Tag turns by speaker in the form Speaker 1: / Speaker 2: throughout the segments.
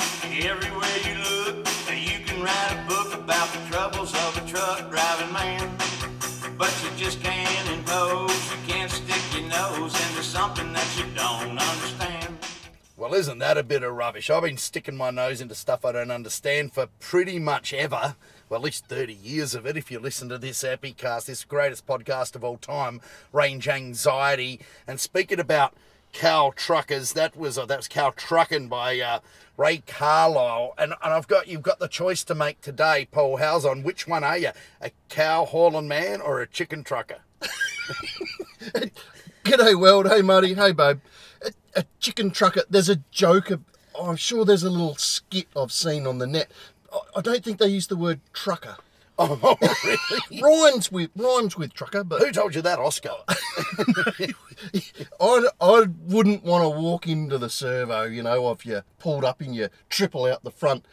Speaker 1: Everywhere you look, you can write a book about the troubles of a truck driving man. But you just can't impose, you can't stick your nose into something that you don't understand.
Speaker 2: Well, isn't that a bit of rubbish? I've been sticking my nose into stuff I don't understand for pretty much ever. Well, at least 30 years of it, if you listen to this epicast, this greatest podcast of all time, Range Anxiety. And speaking about cow truckers, that was uh, that was cow trucking by uh, Ray Carlisle. And, and I've got you've got the choice to make today, Paul Howes, on which one are you? A cow hauling man or a chicken trucker?
Speaker 3: G'day, world. Hey, Marty. Hey, babe. A, a chicken trucker. There's a joke. Of, oh, I'm sure there's a little skit I've seen on the net. I, I don't think they use the word trucker.
Speaker 2: Oh, really?
Speaker 3: Rhymes with rhymes with trucker, but
Speaker 2: Who told you that, Oscar?
Speaker 3: I, I wouldn't want to walk into the servo, you know, of you pulled up in your triple out the front.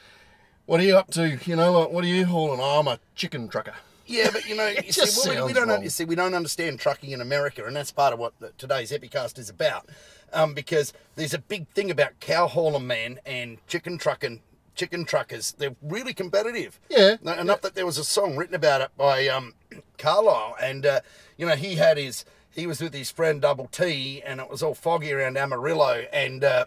Speaker 3: What are you up to? You know, like, what are you hauling? Oh, I'm a chicken trucker.
Speaker 2: Yeah, but you know, you
Speaker 3: just
Speaker 2: see, we- we,
Speaker 3: sounds
Speaker 2: don't un-
Speaker 3: wrong.
Speaker 2: you see, we don't understand trucking in America, and that's part of what the, today's epicast is about. Um, because there's a big thing about cow hauler man and chicken trucking, chicken truckers. They're really competitive.
Speaker 3: Yeah.
Speaker 2: No, enough that there was a song written about it by um, Carlisle, and uh, you know he had his he was with his friend Double T, and it was all foggy around Amarillo, and uh,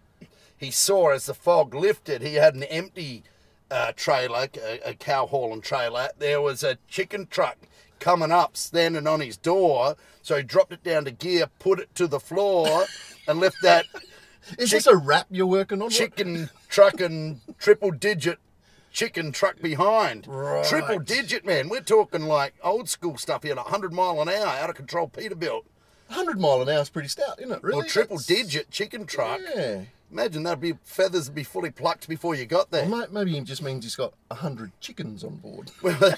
Speaker 2: he saw as the fog lifted, he had an empty uh, trailer, a, a cow hauling trailer. There was a chicken truck coming up, standing on his door, so he dropped it down to gear, put it to the floor, and left that
Speaker 3: Is this a rap you're working on?
Speaker 2: chicken truck and triple digit chicken truck behind.
Speaker 3: Right.
Speaker 2: Triple digit, man. We're talking like old school stuff here, like 100 mile an hour, out of control Peterbilt.
Speaker 3: 100 mile an hour is pretty stout, isn't it? Really?
Speaker 2: Or triple
Speaker 3: That's-
Speaker 2: digit chicken truck.
Speaker 3: Yeah.
Speaker 2: Imagine that'd be feathers would be fully plucked before you got there.
Speaker 3: Well, ma- Maybe he just means he's got 100 chickens on board.
Speaker 2: yeah,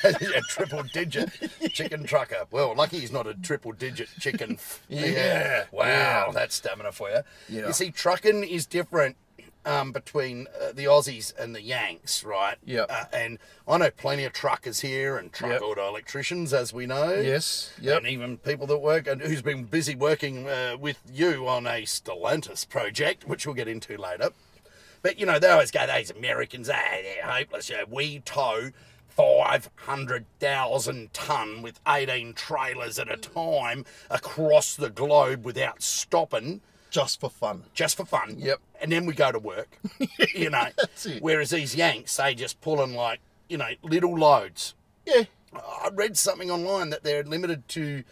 Speaker 2: triple digit chicken trucker. Well, lucky he's not a triple digit chicken. f-
Speaker 3: Yeah.
Speaker 2: Wow,
Speaker 3: Yeah.
Speaker 2: that's stamina for you.
Speaker 3: Yeah.
Speaker 2: You see, trucking is different um, between uh, the Aussies and the Yanks, right?
Speaker 3: Yep.
Speaker 2: Uh, and I know plenty of truckers here and truck
Speaker 3: Yep.
Speaker 2: auto electricians, as we know.
Speaker 3: Yes, yep.
Speaker 2: And even people that work and who's been busy working uh, with you on a Stellantis project, which we'll get into later. But you know, they always go, those Americans, ah, they're hopeless. Yeah, we tow 500,000 ton with 18 trailers at a time across the globe without stopping
Speaker 3: Just for fun.
Speaker 2: just for fun.
Speaker 3: Yep.
Speaker 2: And then we go to work, you know.
Speaker 3: That's it.
Speaker 2: Whereas these Yanks, they just pull in like, you know, little loads.
Speaker 3: Yeah.
Speaker 2: I read something online that they're limited to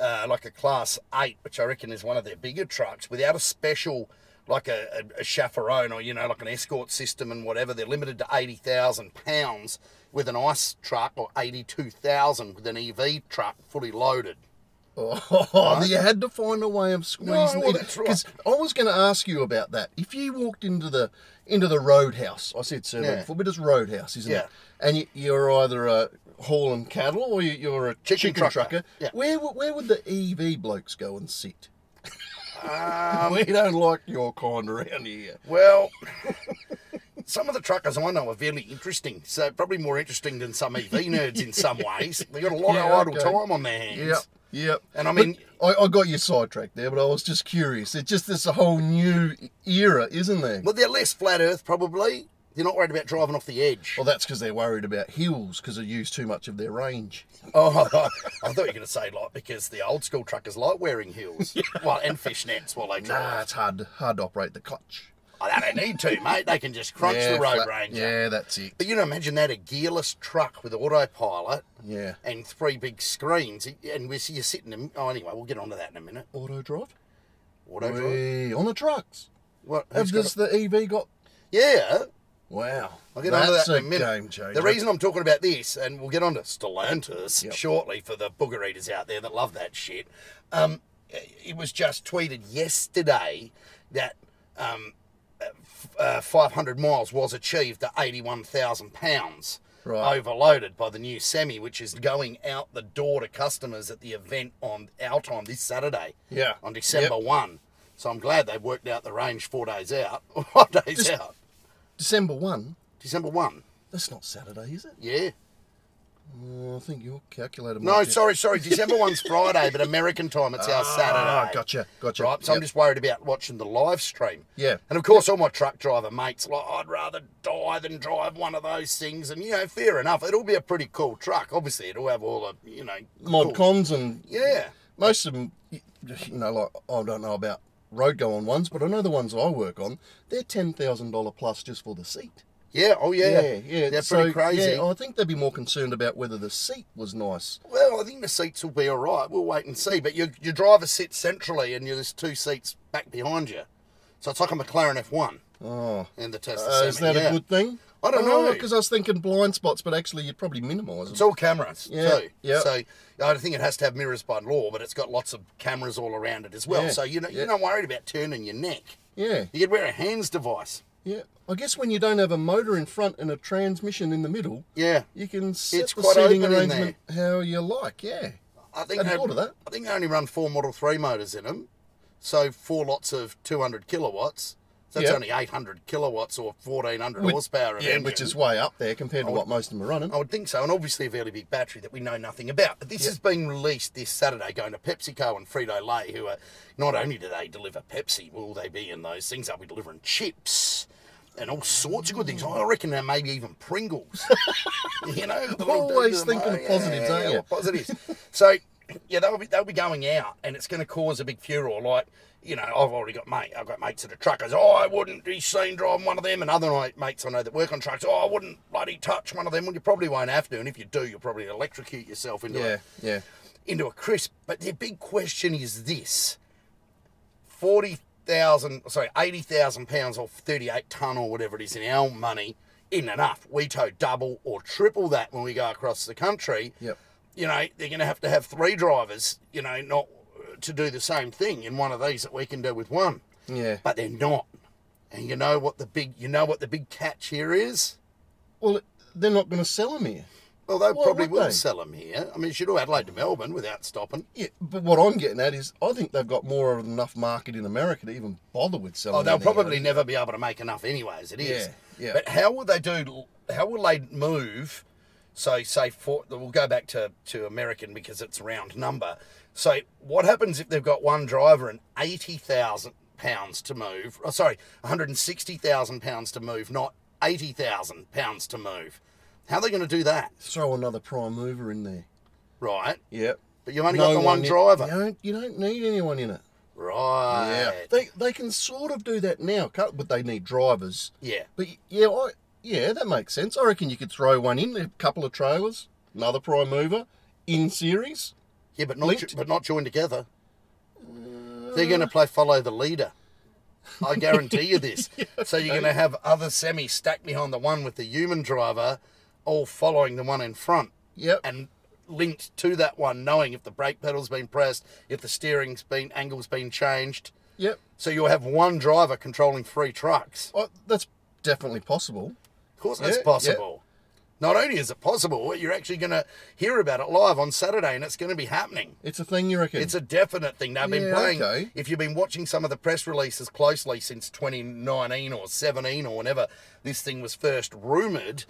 Speaker 2: uh, like a class eight, which I reckon is one of their bigger trucks, without a special like a, a, a chaperone or you know like an escort system and whatever. They're limited to eighty thousand pounds with an ice truck or eighty two thousand with an EV truck fully loaded.
Speaker 3: Oh, you had to find a way of squeezing
Speaker 2: well,
Speaker 3: it in.
Speaker 2: that's right.
Speaker 3: 'Cause I was going to ask you about that. If you walked into the into the roadhouse, I said servo
Speaker 2: Yeah.
Speaker 3: before, but it's roadhouse, isn't
Speaker 2: Yeah.
Speaker 3: it? And you, you're either a hauling cattle or you, you're a
Speaker 2: Chicken
Speaker 3: chicken,
Speaker 2: trucker.
Speaker 3: trucker.
Speaker 2: Yeah.
Speaker 3: Where would- where would the EV blokes go and sit?
Speaker 2: Um,
Speaker 3: we don't like your kind around here.
Speaker 2: Well, some of the truckers I know are very interesting. So probably more interesting than some EV nerds in some ways. They got a lot of
Speaker 3: Yeah,
Speaker 2: idle
Speaker 3: okay.
Speaker 2: time on their hands.
Speaker 3: Yep. Yep.
Speaker 2: And I mean-
Speaker 3: But I, I got you sidetracked there, but I was just curious. It's just this whole new e-, era, isn't there?
Speaker 2: Well, they're less flat Earth probably. They're not worried about driving off the edge.
Speaker 3: Well, that's because they're worried about hills because they use too much of their range.
Speaker 2: Oh, I thought you were going to say like because the old school truckers like wearing heels, well, and fishnets while they
Speaker 3: Nah,
Speaker 2: drive.
Speaker 3: it's hard to, hard to operate the clutch.
Speaker 2: Oh, they don't need to, mate. They can just crunch the road
Speaker 3: flat-
Speaker 2: ranger.
Speaker 3: Yeah, that's it.
Speaker 2: But you know, imagine that a gearless truck with autopilot
Speaker 3: Yeah.
Speaker 2: and three big screens, and we're you're sitting. In, oh, anyway, we'll get onto that in a minute.
Speaker 3: Auto drive?
Speaker 2: Auto drive.
Speaker 3: Wee, on the trucks.
Speaker 2: What?
Speaker 3: Have
Speaker 2: who's got
Speaker 3: this
Speaker 2: a-
Speaker 3: the EV got?
Speaker 2: yeah.
Speaker 3: Wow.
Speaker 2: I'll get
Speaker 3: that's
Speaker 2: onto that in a
Speaker 3: a
Speaker 2: minute.
Speaker 3: game changer.
Speaker 2: The reason I'm talking about this, and we'll get onto Stellantis
Speaker 3: Yep.
Speaker 2: shortly for the booger eaters out there that love that shit. Um, it was just tweeted yesterday that um, uh, 500 miles was achieved at 81,000 pounds.
Speaker 3: Right.
Speaker 2: Overloaded by the new semi, which is going out the door to customers at the event on our time this Saturday.
Speaker 3: Yeah.
Speaker 2: On December
Speaker 3: Yep.
Speaker 2: 1. So I'm glad they've worked out the range four days out, or five days out.
Speaker 3: December 1,
Speaker 2: December 1.
Speaker 3: that's not Saturday, is it?
Speaker 2: Yeah.
Speaker 3: Oh, I think your calculator.
Speaker 2: No,
Speaker 3: might be-
Speaker 2: sorry, sorry. December one's Friday, but American time it's our
Speaker 3: Ah,
Speaker 2: Saturday.
Speaker 3: gotcha, gotcha.
Speaker 2: Right, so I'm
Speaker 3: Yep.
Speaker 2: just worried about watching the live stream.
Speaker 3: Yeah.
Speaker 2: And of course, all my truck driver mates, like, I'd rather die than drive one of those things. And, you know, fair enough. It'll be a pretty cool truck. Obviously, it'll have all the, you know.
Speaker 3: mod
Speaker 2: cool-
Speaker 3: cons and
Speaker 2: Yeah.
Speaker 3: most of them, you know, like I don't know about road go on ones, but I know the ones I work on. They're ten thousand dollar plus just for the seat.
Speaker 2: Yeah, oh, yeah.
Speaker 3: yeah.
Speaker 2: They're
Speaker 3: So,
Speaker 2: pretty crazy.
Speaker 3: Yeah, I think they'd be more concerned about whether the seat was nice.
Speaker 2: Well, I think the seats will be all right. We'll wait and see. But your, your driver sits centrally and you, there's two seats back behind you. So it's like a McLaren F1
Speaker 3: Oh,
Speaker 2: and the Tesla
Speaker 3: uh, is
Speaker 2: Semi,
Speaker 3: that
Speaker 2: yeah.
Speaker 3: a good thing?
Speaker 2: I don't know.
Speaker 3: because I was thinking blind spots, but actually you'd probably minimise
Speaker 2: It's
Speaker 3: them.
Speaker 2: all cameras
Speaker 3: Yeah,
Speaker 2: too.
Speaker 3: yeah.
Speaker 2: So I think it has to have mirrors by law, but it's got lots of cameras all around it as well.
Speaker 3: Yeah,
Speaker 2: So you know
Speaker 3: yeah.
Speaker 2: you're not worried about turning your neck.
Speaker 3: Yeah,
Speaker 2: You could wear a hands device.
Speaker 3: yeah. I guess when you don't have a motor in front and a transmission in the middle,
Speaker 2: Yeah.
Speaker 3: you can set
Speaker 2: It's
Speaker 3: the
Speaker 2: quite
Speaker 3: seating
Speaker 2: open in
Speaker 3: arrangement how you like. Yeah.
Speaker 2: I think
Speaker 3: Hadn't
Speaker 2: they,
Speaker 3: thought of that.
Speaker 2: I think they only run four Model Three motors in them, so four lots of 200 kilowatts. So that's
Speaker 3: Yeah.
Speaker 2: only 800 kilowatts or 1400
Speaker 3: Which-
Speaker 2: horsepower. Of
Speaker 3: Yeah, which
Speaker 2: engine.
Speaker 3: is way up there compared to what most of them are running.
Speaker 2: I would think so, and obviously a fairly big battery that we know nothing about. But this is being released this Saturday, going to PepsiCo and Frito Lay, who are not only do they deliver Pepsi, will they be in those things? They'll be delivering chips and all sorts of good things. I reckon they maybe even Pringles. you know, little bits
Speaker 3: Always thinking of
Speaker 2: Oh, yeah,
Speaker 3: positives, aren't
Speaker 2: yeah,
Speaker 3: you?
Speaker 2: well, Positives. so. Yeah, they'll be, they'll be going out, and it's going to cause a big furor. Like, you know, I've already got mate, I've got mates that are truckers. Oh, I wouldn't be seen driving one of them, and other night mates I know that work on trucks. Oh, I wouldn't bloody touch one of them. Well, you probably won't have to, and if you do, you'll probably electrocute yourself into
Speaker 3: Yeah, yeah.
Speaker 2: a, into a crisp. But the big question is this: forty thousand, sorry, eighty thousand pounds or thirty-eight ton or whatever it is in our money, in enough. We tow double or triple that when we go across the country
Speaker 3: Yep.
Speaker 2: you know, they're going to have to have three drivers, you know, not to do the same thing in one of these that we can do with one.
Speaker 3: Yeah.
Speaker 2: But they're not. And you know what the big, you know what the big catch here is?
Speaker 3: Well, they're not going to sell them here.
Speaker 2: Well, they
Speaker 3: Why
Speaker 2: probably
Speaker 3: would
Speaker 2: will
Speaker 3: they?
Speaker 2: sell 'em sell them here. I mean, you should all Adelaide to Melbourne without stopping.
Speaker 3: Yeah, but what I'm getting at is, I think they've got more of enough market in America to even bother with selling.
Speaker 2: Oh, they'll
Speaker 3: them here.
Speaker 2: probably never be able to make enough anyway, as it is.
Speaker 3: Yeah, yeah.
Speaker 2: But how will they do? How will they move? So say for we'll go back to to American because it's round number. So what happens if they've got one driver and eighty thousand pounds to move? Oh, sorry, one hundred and sixty thousand pounds to move, not eighty thousand pounds to move. How are they going to do that?
Speaker 3: throw another prime mover in there.
Speaker 2: Right,
Speaker 3: Yep.
Speaker 2: but you've only got the one, driver.
Speaker 3: You don't, you don't need anyone in it.
Speaker 2: Right.
Speaker 3: They they can sort of do that now, can't, but they need drivers.
Speaker 2: yeah.
Speaker 3: But y- yeah, I, yeah, that makes sense. I reckon you could throw one in a couple of trailers, another prime mover in series.
Speaker 2: Yeah, but not,
Speaker 3: Linked?
Speaker 2: but not joined together. They're going to play follow the leader. I guarantee you this. So you're going to have other semi stacked behind the one with the human driver, all following the one in front
Speaker 3: Yep.
Speaker 2: and linked to that one, knowing if the brake pedal's been pressed, if the steering's been angle's been changed.
Speaker 3: yep.
Speaker 2: So you'll have one driver controlling three trucks.
Speaker 3: Oh, that's definitely possible.
Speaker 2: Of course,
Speaker 3: Yeah,
Speaker 2: that's
Speaker 3: yeah.
Speaker 2: possible. Not only is it possible, you're actually going to hear about it live on Saturday, and it's going to be happening.
Speaker 3: It's a thing you reckon.
Speaker 2: It's a definite thing. They've been
Speaker 3: Yeah,
Speaker 2: playing.
Speaker 3: okay.
Speaker 2: If you've been watching some of the press releases closely since 2019 or 17 or whenever this thing was first rumoured,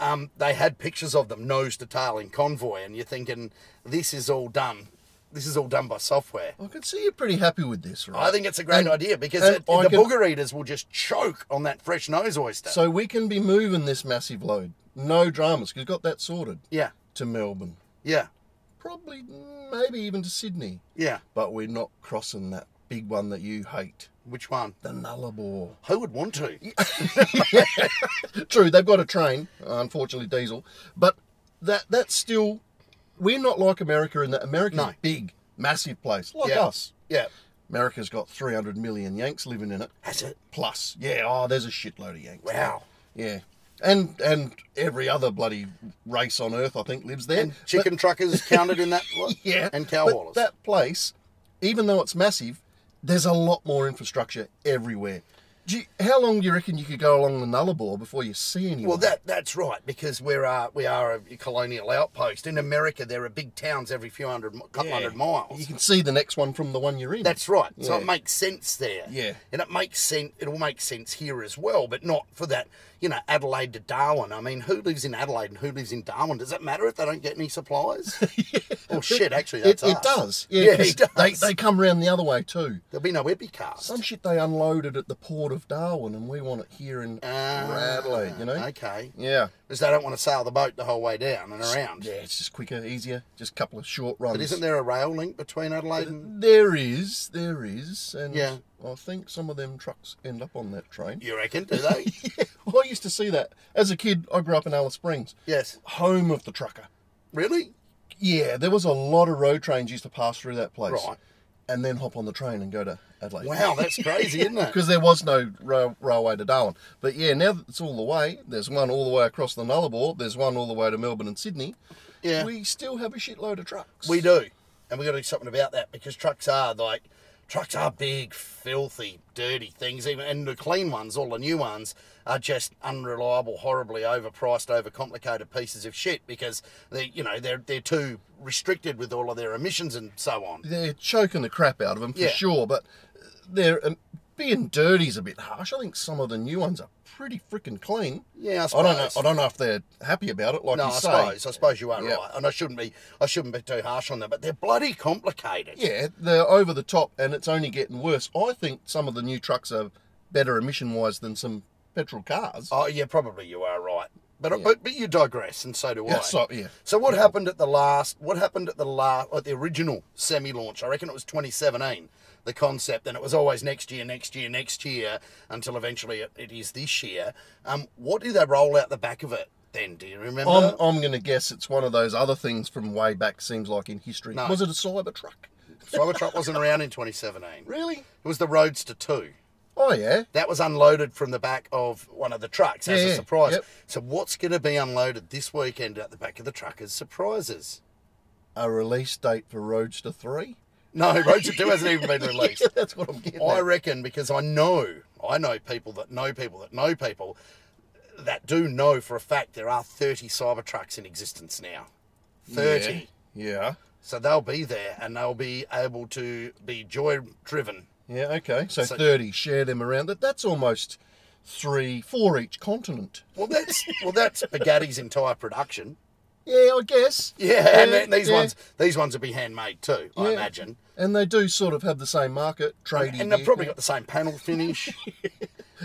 Speaker 2: um, they had pictures of them nose to tail in convoy, and you're thinking this is all done. This is all done by software.
Speaker 3: I can see you're pretty happy with this, right?
Speaker 2: I think it's a great
Speaker 3: And-
Speaker 2: idea because
Speaker 3: and
Speaker 2: it,
Speaker 3: I
Speaker 2: the
Speaker 3: can-
Speaker 2: booger eaters will just choke on that fresh nose oyster.
Speaker 3: So we can be moving this massive load. No dramas. 'cause We've got that sorted
Speaker 2: yeah,
Speaker 3: to Melbourne.
Speaker 2: yeah,
Speaker 3: Probably, maybe even to Sydney.
Speaker 2: yeah.
Speaker 3: But we're not crossing that big one that you hate,
Speaker 2: Which one?
Speaker 3: the Nullarbor.
Speaker 2: Who would want to?
Speaker 3: True, they've got a train, unfortunately diesel, but that that's still we're not like America in that America's
Speaker 2: No.
Speaker 3: a big, massive place like
Speaker 2: Yeah.
Speaker 3: us.
Speaker 2: Yeah,
Speaker 3: America's got 300 million Yanks living in it.
Speaker 2: that's it.
Speaker 3: Plus, yeah, oh, there's a shitload of Yanks.
Speaker 2: Wow.
Speaker 3: Yeah. And and every other bloody race on earth I think lives there.
Speaker 2: And chicken truckers counted in that. what?
Speaker 3: yeah.
Speaker 2: and cow
Speaker 3: but
Speaker 2: haulers.
Speaker 3: That place, even though it's massive, there's a lot more infrastructure everywhere. Do you, how long do you reckon you could go along the Nullarbor before you see anyone?
Speaker 2: Well, that that's right because we're uh, we are a colonial outpost in America. There are big towns every few hundred, mi- couple
Speaker 3: Yeah.
Speaker 2: hundred miles.
Speaker 3: you can see the next one from the one you're in.
Speaker 2: That's right. So
Speaker 3: Yeah.
Speaker 2: it makes sense there.
Speaker 3: Yeah.
Speaker 2: And it makes sense. It'll make sense here as well, but not for that. You know, Adelaide to Darwin. I mean, who lives in Adelaide and who lives in Darwin? Does it matter if they don't get any supplies? Oh shit! Actually,
Speaker 3: it,
Speaker 2: that's
Speaker 3: it
Speaker 2: us.
Speaker 3: does.
Speaker 2: Yeah,
Speaker 3: 'cause
Speaker 2: it does.
Speaker 3: They, they come round the other way too.
Speaker 2: There'll be no epicast.
Speaker 3: Some shit they unloaded at the port of Darwin, and we want it here in
Speaker 2: Ah,
Speaker 3: Radley. You know?
Speaker 2: Okay.
Speaker 3: Yeah.
Speaker 2: Because they don't want to sail the boat the whole way down and around.
Speaker 3: Yeah, it's just quicker, easier. Just a couple of short runs.
Speaker 2: But isn't there a rail link between Adelaide and?
Speaker 3: There is, there is, and
Speaker 2: Yeah.
Speaker 3: I think some of them trucks end up on that train.
Speaker 2: You reckon? Do they?
Speaker 3: Well, I used to see that as a kid. I grew up in Alice Springs,
Speaker 2: yes.
Speaker 3: home of the trucker.
Speaker 2: Really?
Speaker 3: Yeah, there was a lot of road trains used to pass through that place,
Speaker 2: Right.
Speaker 3: and then hop on the train and go to Adelaide.
Speaker 2: Wow, that's crazy, isn't it?
Speaker 3: Because there was no rail, railway to Darwin. But yeah, now that it's all the way, there's one all the way across the Nullarbor, there's one all the way to Melbourne and Sydney.
Speaker 2: Yeah.
Speaker 3: We still have a shitload of trucks.
Speaker 2: We do, and we got to do something about that because trucks are like trucks are big, filthy, dirty things. Even and the clean ones, all the new ones, are just unreliable, horribly overpriced, overcomplicated pieces of shit because they, you know, they're they're too restricted with all of their emissions and so on.
Speaker 3: They're choking the crap out of them for
Speaker 2: Yeah.
Speaker 3: sure, but they're um, being dirty's a bit harsh. I think some of the new ones are pretty freaking clean.
Speaker 2: Yeah, I
Speaker 3: I don't know.
Speaker 2: suppose.
Speaker 3: I don't know if they're happy about it. Like
Speaker 2: No,
Speaker 3: you
Speaker 2: I
Speaker 3: say,
Speaker 2: suppose I suppose you are
Speaker 3: Yeah.
Speaker 2: right, and I shouldn't be I shouldn't be too harsh on them, but they're bloody complicated.
Speaker 3: Yeah, they're over the top, and it's only getting worse. I think some of the new trucks are better emission wise than some petrol cars.
Speaker 2: Oh, yeah, probably you are right, but but, but you digress, and so do I.
Speaker 3: yeah, so, yeah.
Speaker 2: So what happened at the last? What happened at the last? At the original semi-launch, I reckon it was 2017. The concept, and it was always next year, next year, next year, until eventually it, it is this year. Um, what do they roll out the back of it? Then do you remember?
Speaker 3: I'm, I'm going to guess it's one of those other things from way back. Seems like in history.
Speaker 2: No.
Speaker 3: Was it a cyber truck?
Speaker 2: Cybertruck wasn't around in 2017. It
Speaker 3: Really?
Speaker 2: was the Roadster Two.
Speaker 3: Oh yeah.
Speaker 2: That was unloaded from the back of one of the trucks as
Speaker 3: Yeah,
Speaker 2: a
Speaker 3: yeah,
Speaker 2: surprise.
Speaker 3: yep.
Speaker 2: So what's going to be unloaded this weekend at the back of the truck as surprises?
Speaker 3: A release date for Roadster Three.
Speaker 2: No, Roadster Two hasn't even been released.
Speaker 3: Yeah, that's what I'm getting.
Speaker 2: I
Speaker 3: at.
Speaker 2: reckon because I know, I know people that know people that know people that do know for a fact there are 30 Cybertrucks in existence now. 30.
Speaker 3: Yeah.
Speaker 2: So they'll be there and they'll be able to be joy driven.
Speaker 3: Yeah. Okay. So,
Speaker 2: So-
Speaker 3: thirty. Share them around. That that's almost three, four each continent.
Speaker 2: Well, that's well, that's Bugatti's entire production.
Speaker 3: Yeah, I guess.
Speaker 2: Yeah, and th- these
Speaker 3: yeah.
Speaker 2: ones, these ones will be handmade too, I
Speaker 3: Yeah.
Speaker 2: imagine.
Speaker 3: And they do sort of have the same market, trading.
Speaker 2: And they've probably got the same panel finish,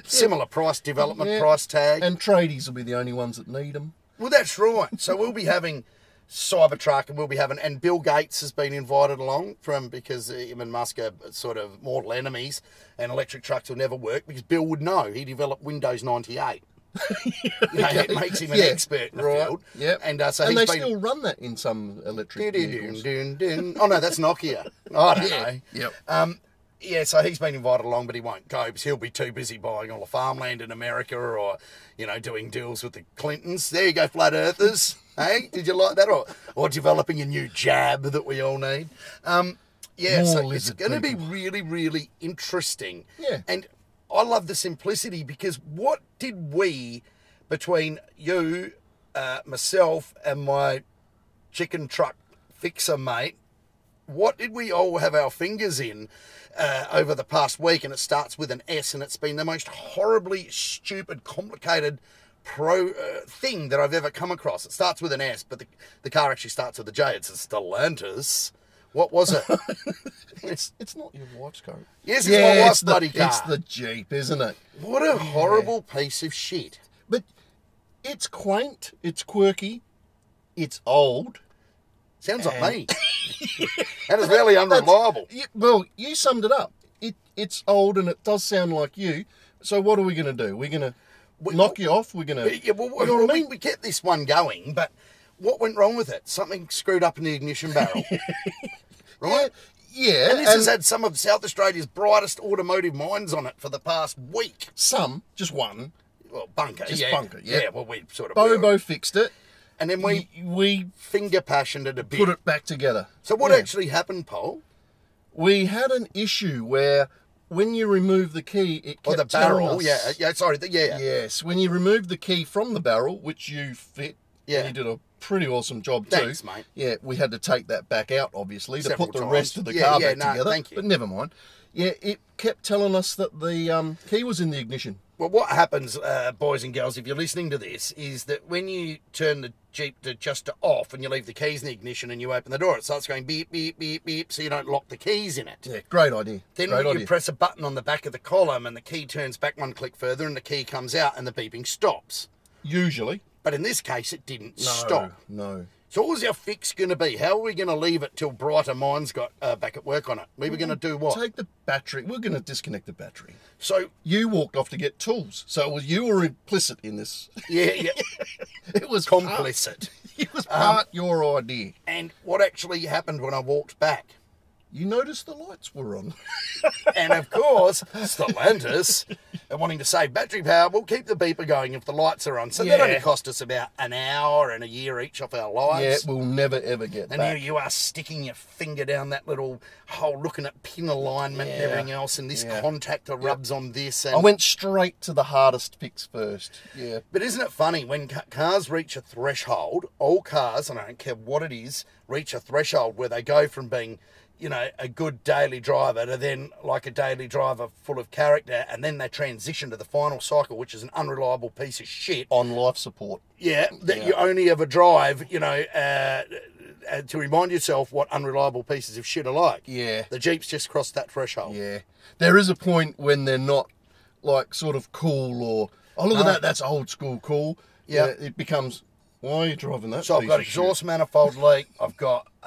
Speaker 2: similar price development,
Speaker 3: Yeah.
Speaker 2: price tag.
Speaker 3: And tradies will be the only ones that need them.
Speaker 2: Well, that's right. So we'll be having Cybertruck, and we'll be having, and Bill Gates has been invited along from because him and Musk are sort of mortal enemies, and electric trucks will never work because Bill would know. He developed Windows ninety eight. you know, it makes him an
Speaker 3: Yeah,
Speaker 2: expert in the
Speaker 3: right.
Speaker 2: field.
Speaker 3: Yep.
Speaker 2: And uh, so
Speaker 3: and
Speaker 2: he's
Speaker 3: they
Speaker 2: been.
Speaker 3: still run that in some electric
Speaker 2: Dun,
Speaker 3: vehicles.
Speaker 2: dun, dun. Oh no, that's Nokia. I don't know.
Speaker 3: Yep.
Speaker 2: Um, yeah, so he's been invited along, but he won't go because he'll be too busy buying all the farmland in America or, you know, doing deals with the Clintons. There you go, flat earthers. hey, did you like that? Or, or developing a new jab that we all need. Um, yeah,
Speaker 3: More
Speaker 2: so it's
Speaker 3: lizard
Speaker 2: going to be
Speaker 3: people.
Speaker 2: really, really interesting.
Speaker 3: Yeah.
Speaker 2: And I love the simplicity because what did we, between you, uh, myself, and my chicken truck fixer mate, what did we all have our fingers in uh, over the past week? And it starts with an S, and it's been the most horribly stupid, complicated pro uh, thing that I've ever come across. It starts with an S, but the, the car actually starts with a J. It's a Stellantis. What was it?
Speaker 3: It's, it's not your wife's coat.
Speaker 2: Yes, it's my wife's
Speaker 3: the,
Speaker 2: bloody car.
Speaker 3: It's the Jeep, isn't it?
Speaker 2: what a horrible piece of shit.
Speaker 3: But it's quaint, it's quirky, it's old.
Speaker 2: Sounds like me. and it's really unreliable.
Speaker 3: You, well, you summed it up. It It's old and it does sound like you. So what are we going to do? We're going to knock you off? We're going to...
Speaker 2: Yeah, well, I mean, we get this one going, but what went wrong with it? Something screwed up in the ignition barrel, right?
Speaker 3: Yeah.
Speaker 2: And this has had some of South Australia's brightest automotive minds on it for the past week.
Speaker 3: some, just one.
Speaker 2: Well, bunker,
Speaker 3: Just
Speaker 2: yeah,
Speaker 3: bunker, yeah.
Speaker 2: well, we sort of
Speaker 3: Bobo fixed it.
Speaker 2: and then we
Speaker 3: We, we
Speaker 2: finger passioned it a bit.
Speaker 3: put it back together.
Speaker 2: so what
Speaker 3: Yeah.
Speaker 2: actually happened, Paul?
Speaker 3: We had an issue where when you remove the key, it
Speaker 2: Or
Speaker 3: kept
Speaker 2: Oh, the
Speaker 3: telling
Speaker 2: barrel.
Speaker 3: us-
Speaker 2: Yeah, yeah, sorry. The, yeah, yeah.
Speaker 3: Yes, when you removed the key from the barrel, which you fit, and
Speaker 2: Yeah.
Speaker 3: you did a pretty awesome job
Speaker 2: Thanks,
Speaker 3: too.
Speaker 2: mate.
Speaker 3: Yeah, we had to take that back out, obviously,
Speaker 2: Several
Speaker 3: to put the
Speaker 2: times.
Speaker 3: rest of the
Speaker 2: Yeah,
Speaker 3: car
Speaker 2: yeah,
Speaker 3: back
Speaker 2: no,
Speaker 3: together.
Speaker 2: thank you.
Speaker 3: But never mind. Yeah, it kept telling us that the um, key was in the ignition.
Speaker 2: Well, what happens, uh, boys and girls, if you're listening to this, is that when you turn the Jeep to just to off and you leave the keys in the ignition and you open the door, it starts going beep, beep, beep, beep, so you don't lock the keys in it.
Speaker 3: Yeah, great idea.
Speaker 2: Then
Speaker 3: great
Speaker 2: you
Speaker 3: idea.
Speaker 2: press a button on the back of the column and the key turns back one click further and the key comes out and the beeping stops.
Speaker 3: Usually,
Speaker 2: But in this case, it didn't
Speaker 3: no,
Speaker 2: stop.
Speaker 3: No.
Speaker 2: So what was our fix going to be? How are we going to leave it till brighter minds got uh, back at work on it? We were going to do what?
Speaker 3: Take the battery. We're going to disconnect the battery.
Speaker 2: so
Speaker 3: You walked off to get tools, so it was, you were implicit in this.
Speaker 2: yeah, yeah,
Speaker 3: It was part-
Speaker 2: complicit.
Speaker 3: It was
Speaker 2: Uh-huh.
Speaker 3: part your idea.
Speaker 2: And what actually happened when I walked back?
Speaker 3: You noticed the lights were on.
Speaker 2: And of course, Stellantis, and wanting to save battery power, will keep the beeper going if the lights are on. So that
Speaker 3: Yeah.
Speaker 2: only cost us about an hour and a year each off our
Speaker 3: Yeah,
Speaker 2: lives.
Speaker 3: we'll never ever get
Speaker 2: And here
Speaker 3: back.
Speaker 2: you are sticking your finger down that little hole, looking at pin alignment and
Speaker 3: Yeah.
Speaker 2: everything else, and this
Speaker 3: Yeah. Oh,
Speaker 2: contactor rubs on this. And
Speaker 3: I went straight to the hardest picks first. Yeah.
Speaker 2: But isn't it funny when ca- cars reach a threshold? All cars, and I don't care what it is, reach a threshold where they go from being, you know, a good daily driver to then like a daily driver full of character, and then they transition to the final cycle, which is an unreliable piece of shit. Oh,
Speaker 3: On life support.
Speaker 2: Yeah, that
Speaker 3: Yeah.
Speaker 2: you only ever drive, you know, uh, uh, to remind yourself what unreliable pieces of shit are like.
Speaker 3: Yeah.
Speaker 2: the Jeeps just crossed that threshold.
Speaker 3: Yeah. There is a point when they're not like sort of cool or oh look at that, that's old school cool.
Speaker 2: Yeah.
Speaker 3: It becomes why are you driving that?
Speaker 2: So I've
Speaker 3: piece
Speaker 2: got
Speaker 3: of shit?"
Speaker 2: exhaust manifold leak. I've got uh,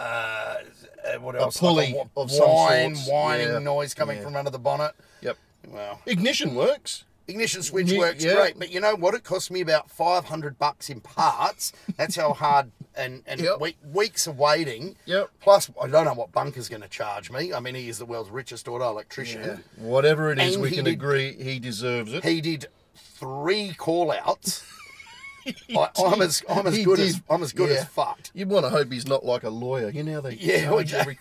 Speaker 2: uh, what else?
Speaker 3: pulley
Speaker 2: I've got
Speaker 3: of some
Speaker 2: whine,
Speaker 3: sorts.
Speaker 2: whining
Speaker 3: Yeah.
Speaker 2: noise coming
Speaker 3: Yeah.
Speaker 2: from under the bonnet.
Speaker 3: Yep.
Speaker 2: Well,
Speaker 3: Ignition works.
Speaker 2: ignition switch
Speaker 3: Igni-
Speaker 2: works
Speaker 3: yeah.
Speaker 2: great, but you know what? It cost me about five hundred bucks in parts. That's how hard and and
Speaker 3: Yep.
Speaker 2: we- weeks of waiting.
Speaker 3: Yep.
Speaker 2: Plus, I don't know what Bunker's going to charge me. I mean, he is the world's richest auto electrician.
Speaker 3: Whatever it is,
Speaker 2: And
Speaker 3: we
Speaker 2: he
Speaker 3: can
Speaker 2: did-
Speaker 3: agree he deserves it.
Speaker 2: He did three call outs. I, I'm as I'm as
Speaker 3: He
Speaker 2: good
Speaker 3: did.
Speaker 2: as I'm as good
Speaker 3: Yeah.
Speaker 2: as fucked.
Speaker 3: You want to hope he's not like a lawyer. You know how they
Speaker 2: Yeah,
Speaker 3: charge
Speaker 2: well,
Speaker 3: every-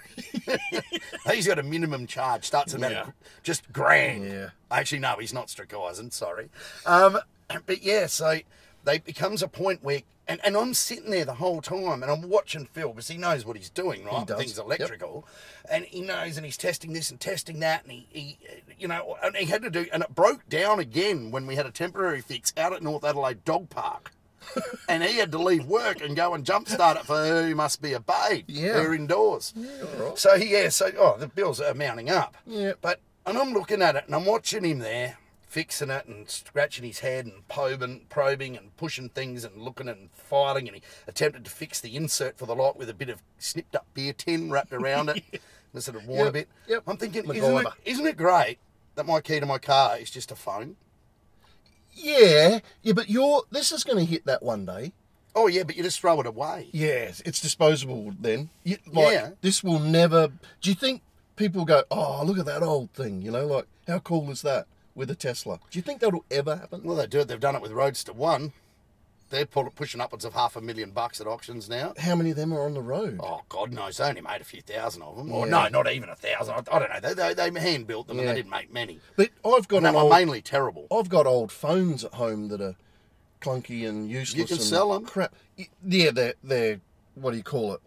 Speaker 2: He's got a minimum charge. Starts at about
Speaker 3: Yeah.
Speaker 2: just grand.
Speaker 3: Yeah.
Speaker 2: Actually, no, he's not Strakisen. Sorry. Um, but yeah, so they it becomes a point where, and, and I'm sitting there the whole time, and I'm watching Phil because he knows what he's doing, right?
Speaker 3: does.
Speaker 2: Things
Speaker 3: Yep.
Speaker 2: electrical, and he knows, and he's testing this and testing that, and he, he, you know, and he had to do, and it broke down again when we had a temporary fix out at North Adelaide Dog Park. and he had to leave work and go and jumpstart it for who must be obeyed.
Speaker 3: Yeah.
Speaker 2: We're indoors.
Speaker 3: all right.
Speaker 2: So yeah, so oh, the bills are mounting up.
Speaker 3: Yeah.
Speaker 2: But and I'm looking at it and I'm watching him there fixing it and scratching his head and probing, probing and pushing things and looking and filing and he attempted to fix the insert for the light with a bit of snipped up beer tin wrapped around it, and sort of worn a
Speaker 3: Yep,
Speaker 2: bit.
Speaker 3: yep.
Speaker 2: I'm thinking, isn't it,
Speaker 3: MacGyver.
Speaker 2: isn't it great that my key to my car is just a phone?
Speaker 3: Yeah, yeah, but you're this is going to hit that one day.
Speaker 2: Oh yeah, but you just throw it away.
Speaker 3: Yes, it's disposable then. You, like,
Speaker 2: Yeah.
Speaker 3: This will never. Do you think people go, oh, look at that old thing? You know, like, how cool is that with a Tesla? Do you think that'll ever happen?
Speaker 2: Well, they do it. They've done it with Roadster One. They're pull, pushing upwards of half a million bucks at auctions now.
Speaker 3: How many of them are on the road?
Speaker 2: Oh God knows, they only made a few thousand of them, or
Speaker 3: Yeah.
Speaker 2: no, not even a thousand. I, I don't know. They, they, they hand built them and
Speaker 3: Yeah.
Speaker 2: they didn't make many.
Speaker 3: But I've got
Speaker 2: And they
Speaker 3: an
Speaker 2: were
Speaker 3: old,
Speaker 2: mainly terrible.
Speaker 3: I've got old phones at home that are clunky and useless.
Speaker 2: can
Speaker 3: and
Speaker 2: sell 'em.
Speaker 3: Crap. Y- Yeah, they're they're what do you call it?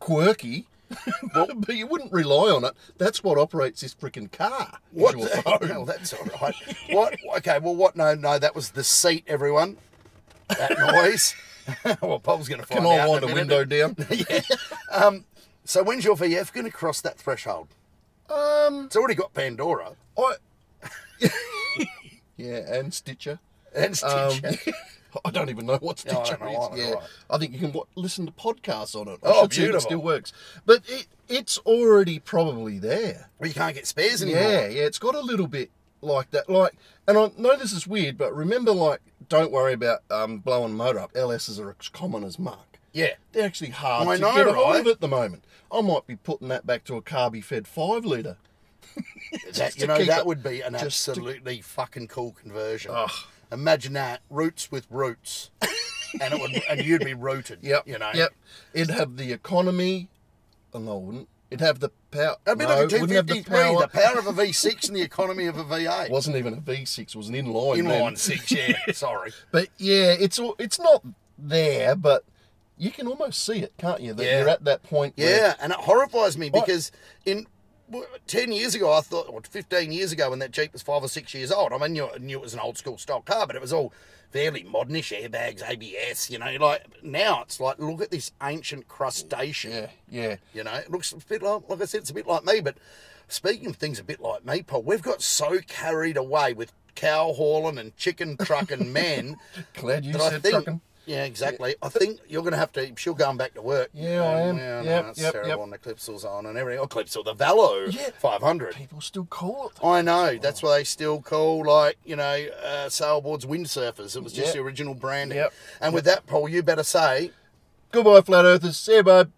Speaker 3: Quirky. but you wouldn't rely on it. That's what operates this frickin' car. is
Speaker 2: What?
Speaker 3: your
Speaker 2: the-
Speaker 3: phone.
Speaker 2: Well, that's all right. what? Okay. Well, what? No, no. That was the seat. Everyone. That noise. well, Paul's going to find
Speaker 3: Can
Speaker 2: out.
Speaker 3: I
Speaker 2: in a
Speaker 3: wind the
Speaker 2: minute.
Speaker 3: window down?
Speaker 2: yeah. Um, so when's your VF going to cross that threshold? Um. It's already got Pandora
Speaker 3: I. yeah, and Stitcher.
Speaker 2: and
Speaker 3: Um,
Speaker 2: Stitcher.
Speaker 3: I don't even know what
Speaker 2: Yeah, I
Speaker 3: Stitcher
Speaker 2: don't know
Speaker 3: is.
Speaker 2: either,
Speaker 3: Yeah,
Speaker 2: right.
Speaker 3: I think you can wa listen to podcasts on it. I
Speaker 2: Oh,
Speaker 3: should see if
Speaker 2: beautiful.
Speaker 3: It still works, but it it's already probably there.
Speaker 2: Well, you can't get spares anymore.
Speaker 3: Yeah, yeah. It's got a little bit like that. Like, and I know this is weird, but remember, like, don't worry about um, blowing motor up. LSs are as common as muck.
Speaker 2: Yeah.
Speaker 3: They're actually hard
Speaker 2: I
Speaker 3: to
Speaker 2: know,
Speaker 3: get a hold
Speaker 2: right?
Speaker 3: of at the moment. I might be putting that back to a carby fed five litre.
Speaker 2: That,
Speaker 3: Just
Speaker 2: you
Speaker 3: to
Speaker 2: know,
Speaker 3: keep
Speaker 2: that
Speaker 3: it-
Speaker 2: would be an
Speaker 3: just to-
Speaker 2: absolutely fucking cool conversion.
Speaker 3: Ugh.
Speaker 2: Imagine that roots with roots, and it would, and you'd be rooted.
Speaker 3: Yep.
Speaker 2: You know.
Speaker 3: Yep. It'd have the economy. Oh, no, it wouldn't. It'd have the power.
Speaker 2: A bit
Speaker 3: no,
Speaker 2: of a
Speaker 3: it wouldn't have the
Speaker 2: 1053,
Speaker 3: power.
Speaker 2: the power of a V6 and the economy of a V8.
Speaker 3: It wasn't even a V6. It was an inline. man.
Speaker 2: Inline six, yeah. Sorry.
Speaker 3: But yeah, it's all- it's not there, but you can almost see it, can't you? That
Speaker 2: Yeah.
Speaker 3: you're at that point. where-
Speaker 2: Yeah, and it horrifies me
Speaker 3: What?
Speaker 2: because in w- ten years ago, I thought, or fifteen years ago, when that Jeep was five or six years old, I mean, knew, knew it was an old school style car, but it was all fairly modernish airbags, ABS. You know, like now it's like, look at this ancient crustacean.
Speaker 3: yeah, yeah.
Speaker 2: You know, it looks a bit like, like I said, it's a bit like me. But speaking of things a bit like me, Paul, we've got so carried away with cow hauling and chicken trucking men
Speaker 3: Glad you
Speaker 2: that I
Speaker 3: said
Speaker 2: think.
Speaker 3: trucking.
Speaker 2: Yeah, exactly. I think you're going to have to. She'll going back to work.
Speaker 3: Yeah, I am.
Speaker 2: Yeah,
Speaker 3: Yep,
Speaker 2: no, it's
Speaker 3: yep,
Speaker 2: terrible.
Speaker 3: yep.
Speaker 2: And the Clipsal's on and everything. Oh, Clipsal, the Valo
Speaker 3: Yeah.
Speaker 2: 500.
Speaker 3: People still call it.
Speaker 2: I know. That's what they still call, like, you know, uh, sailboards windsurfers. It was just
Speaker 3: Yep.
Speaker 2: the original branding.
Speaker 3: Yep.
Speaker 2: And with that, Paul, you better say
Speaker 3: Goodbye, flat earthers. See you, bud.